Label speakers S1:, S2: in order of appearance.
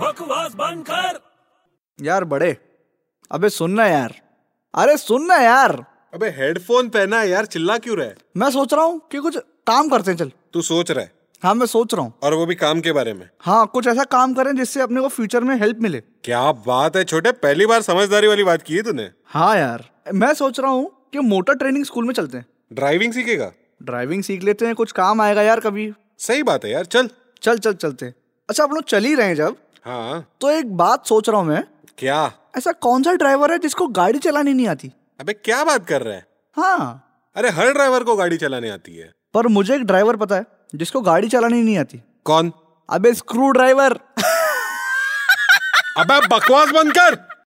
S1: बकवास बंद कर
S2: यार बड़े अबे सुनना यार अरे सुनना यार
S3: अबे हेडफोन पहना है यार चिल्ला क्यों रहा है
S2: मैं सोच रहा हूँ कि कुछ काम करते हैं चल
S3: तू सोच रहा है
S2: हाँ मैं सोच रहा हूँ
S3: और वो भी काम के बारे में
S2: हाँ कुछ ऐसा काम करें जिससे अपने को फ्यूचर में हेल्प मिले
S3: क्या बात है छोटे पहली बार समझदारी वाली बात की है तूने
S2: हाँ यार मैं सोच रहा हूँ कि मोटर ट्रेनिंग स्कूल में चलते हैं
S3: ड्राइविंग सीखेगा
S2: ड्राइविंग सीख लेते हैं कुछ काम आएगा यार कभी
S3: सही बात है यार चल
S2: चल चल चलते हैं अच्छा आप लोग चल ही रहे हैं जब
S3: हाँ
S2: तो एक बात सोच रहा हूँ मैं
S3: क्या
S2: ऐसा कौन सा ड्राइवर है जिसको गाड़ी चलानी नहीं आती
S3: अबे क्या बात कर रहा है
S2: हाँ
S3: अरे हर ड्राइवर को गाड़ी चलाने आती है
S2: पर मुझे एक ड्राइवर पता है जिसको गाड़ी चलानी नहीं आती
S3: कौन
S2: अबे स्क्रू ड्राइवर
S3: अबे बकवास बंद कर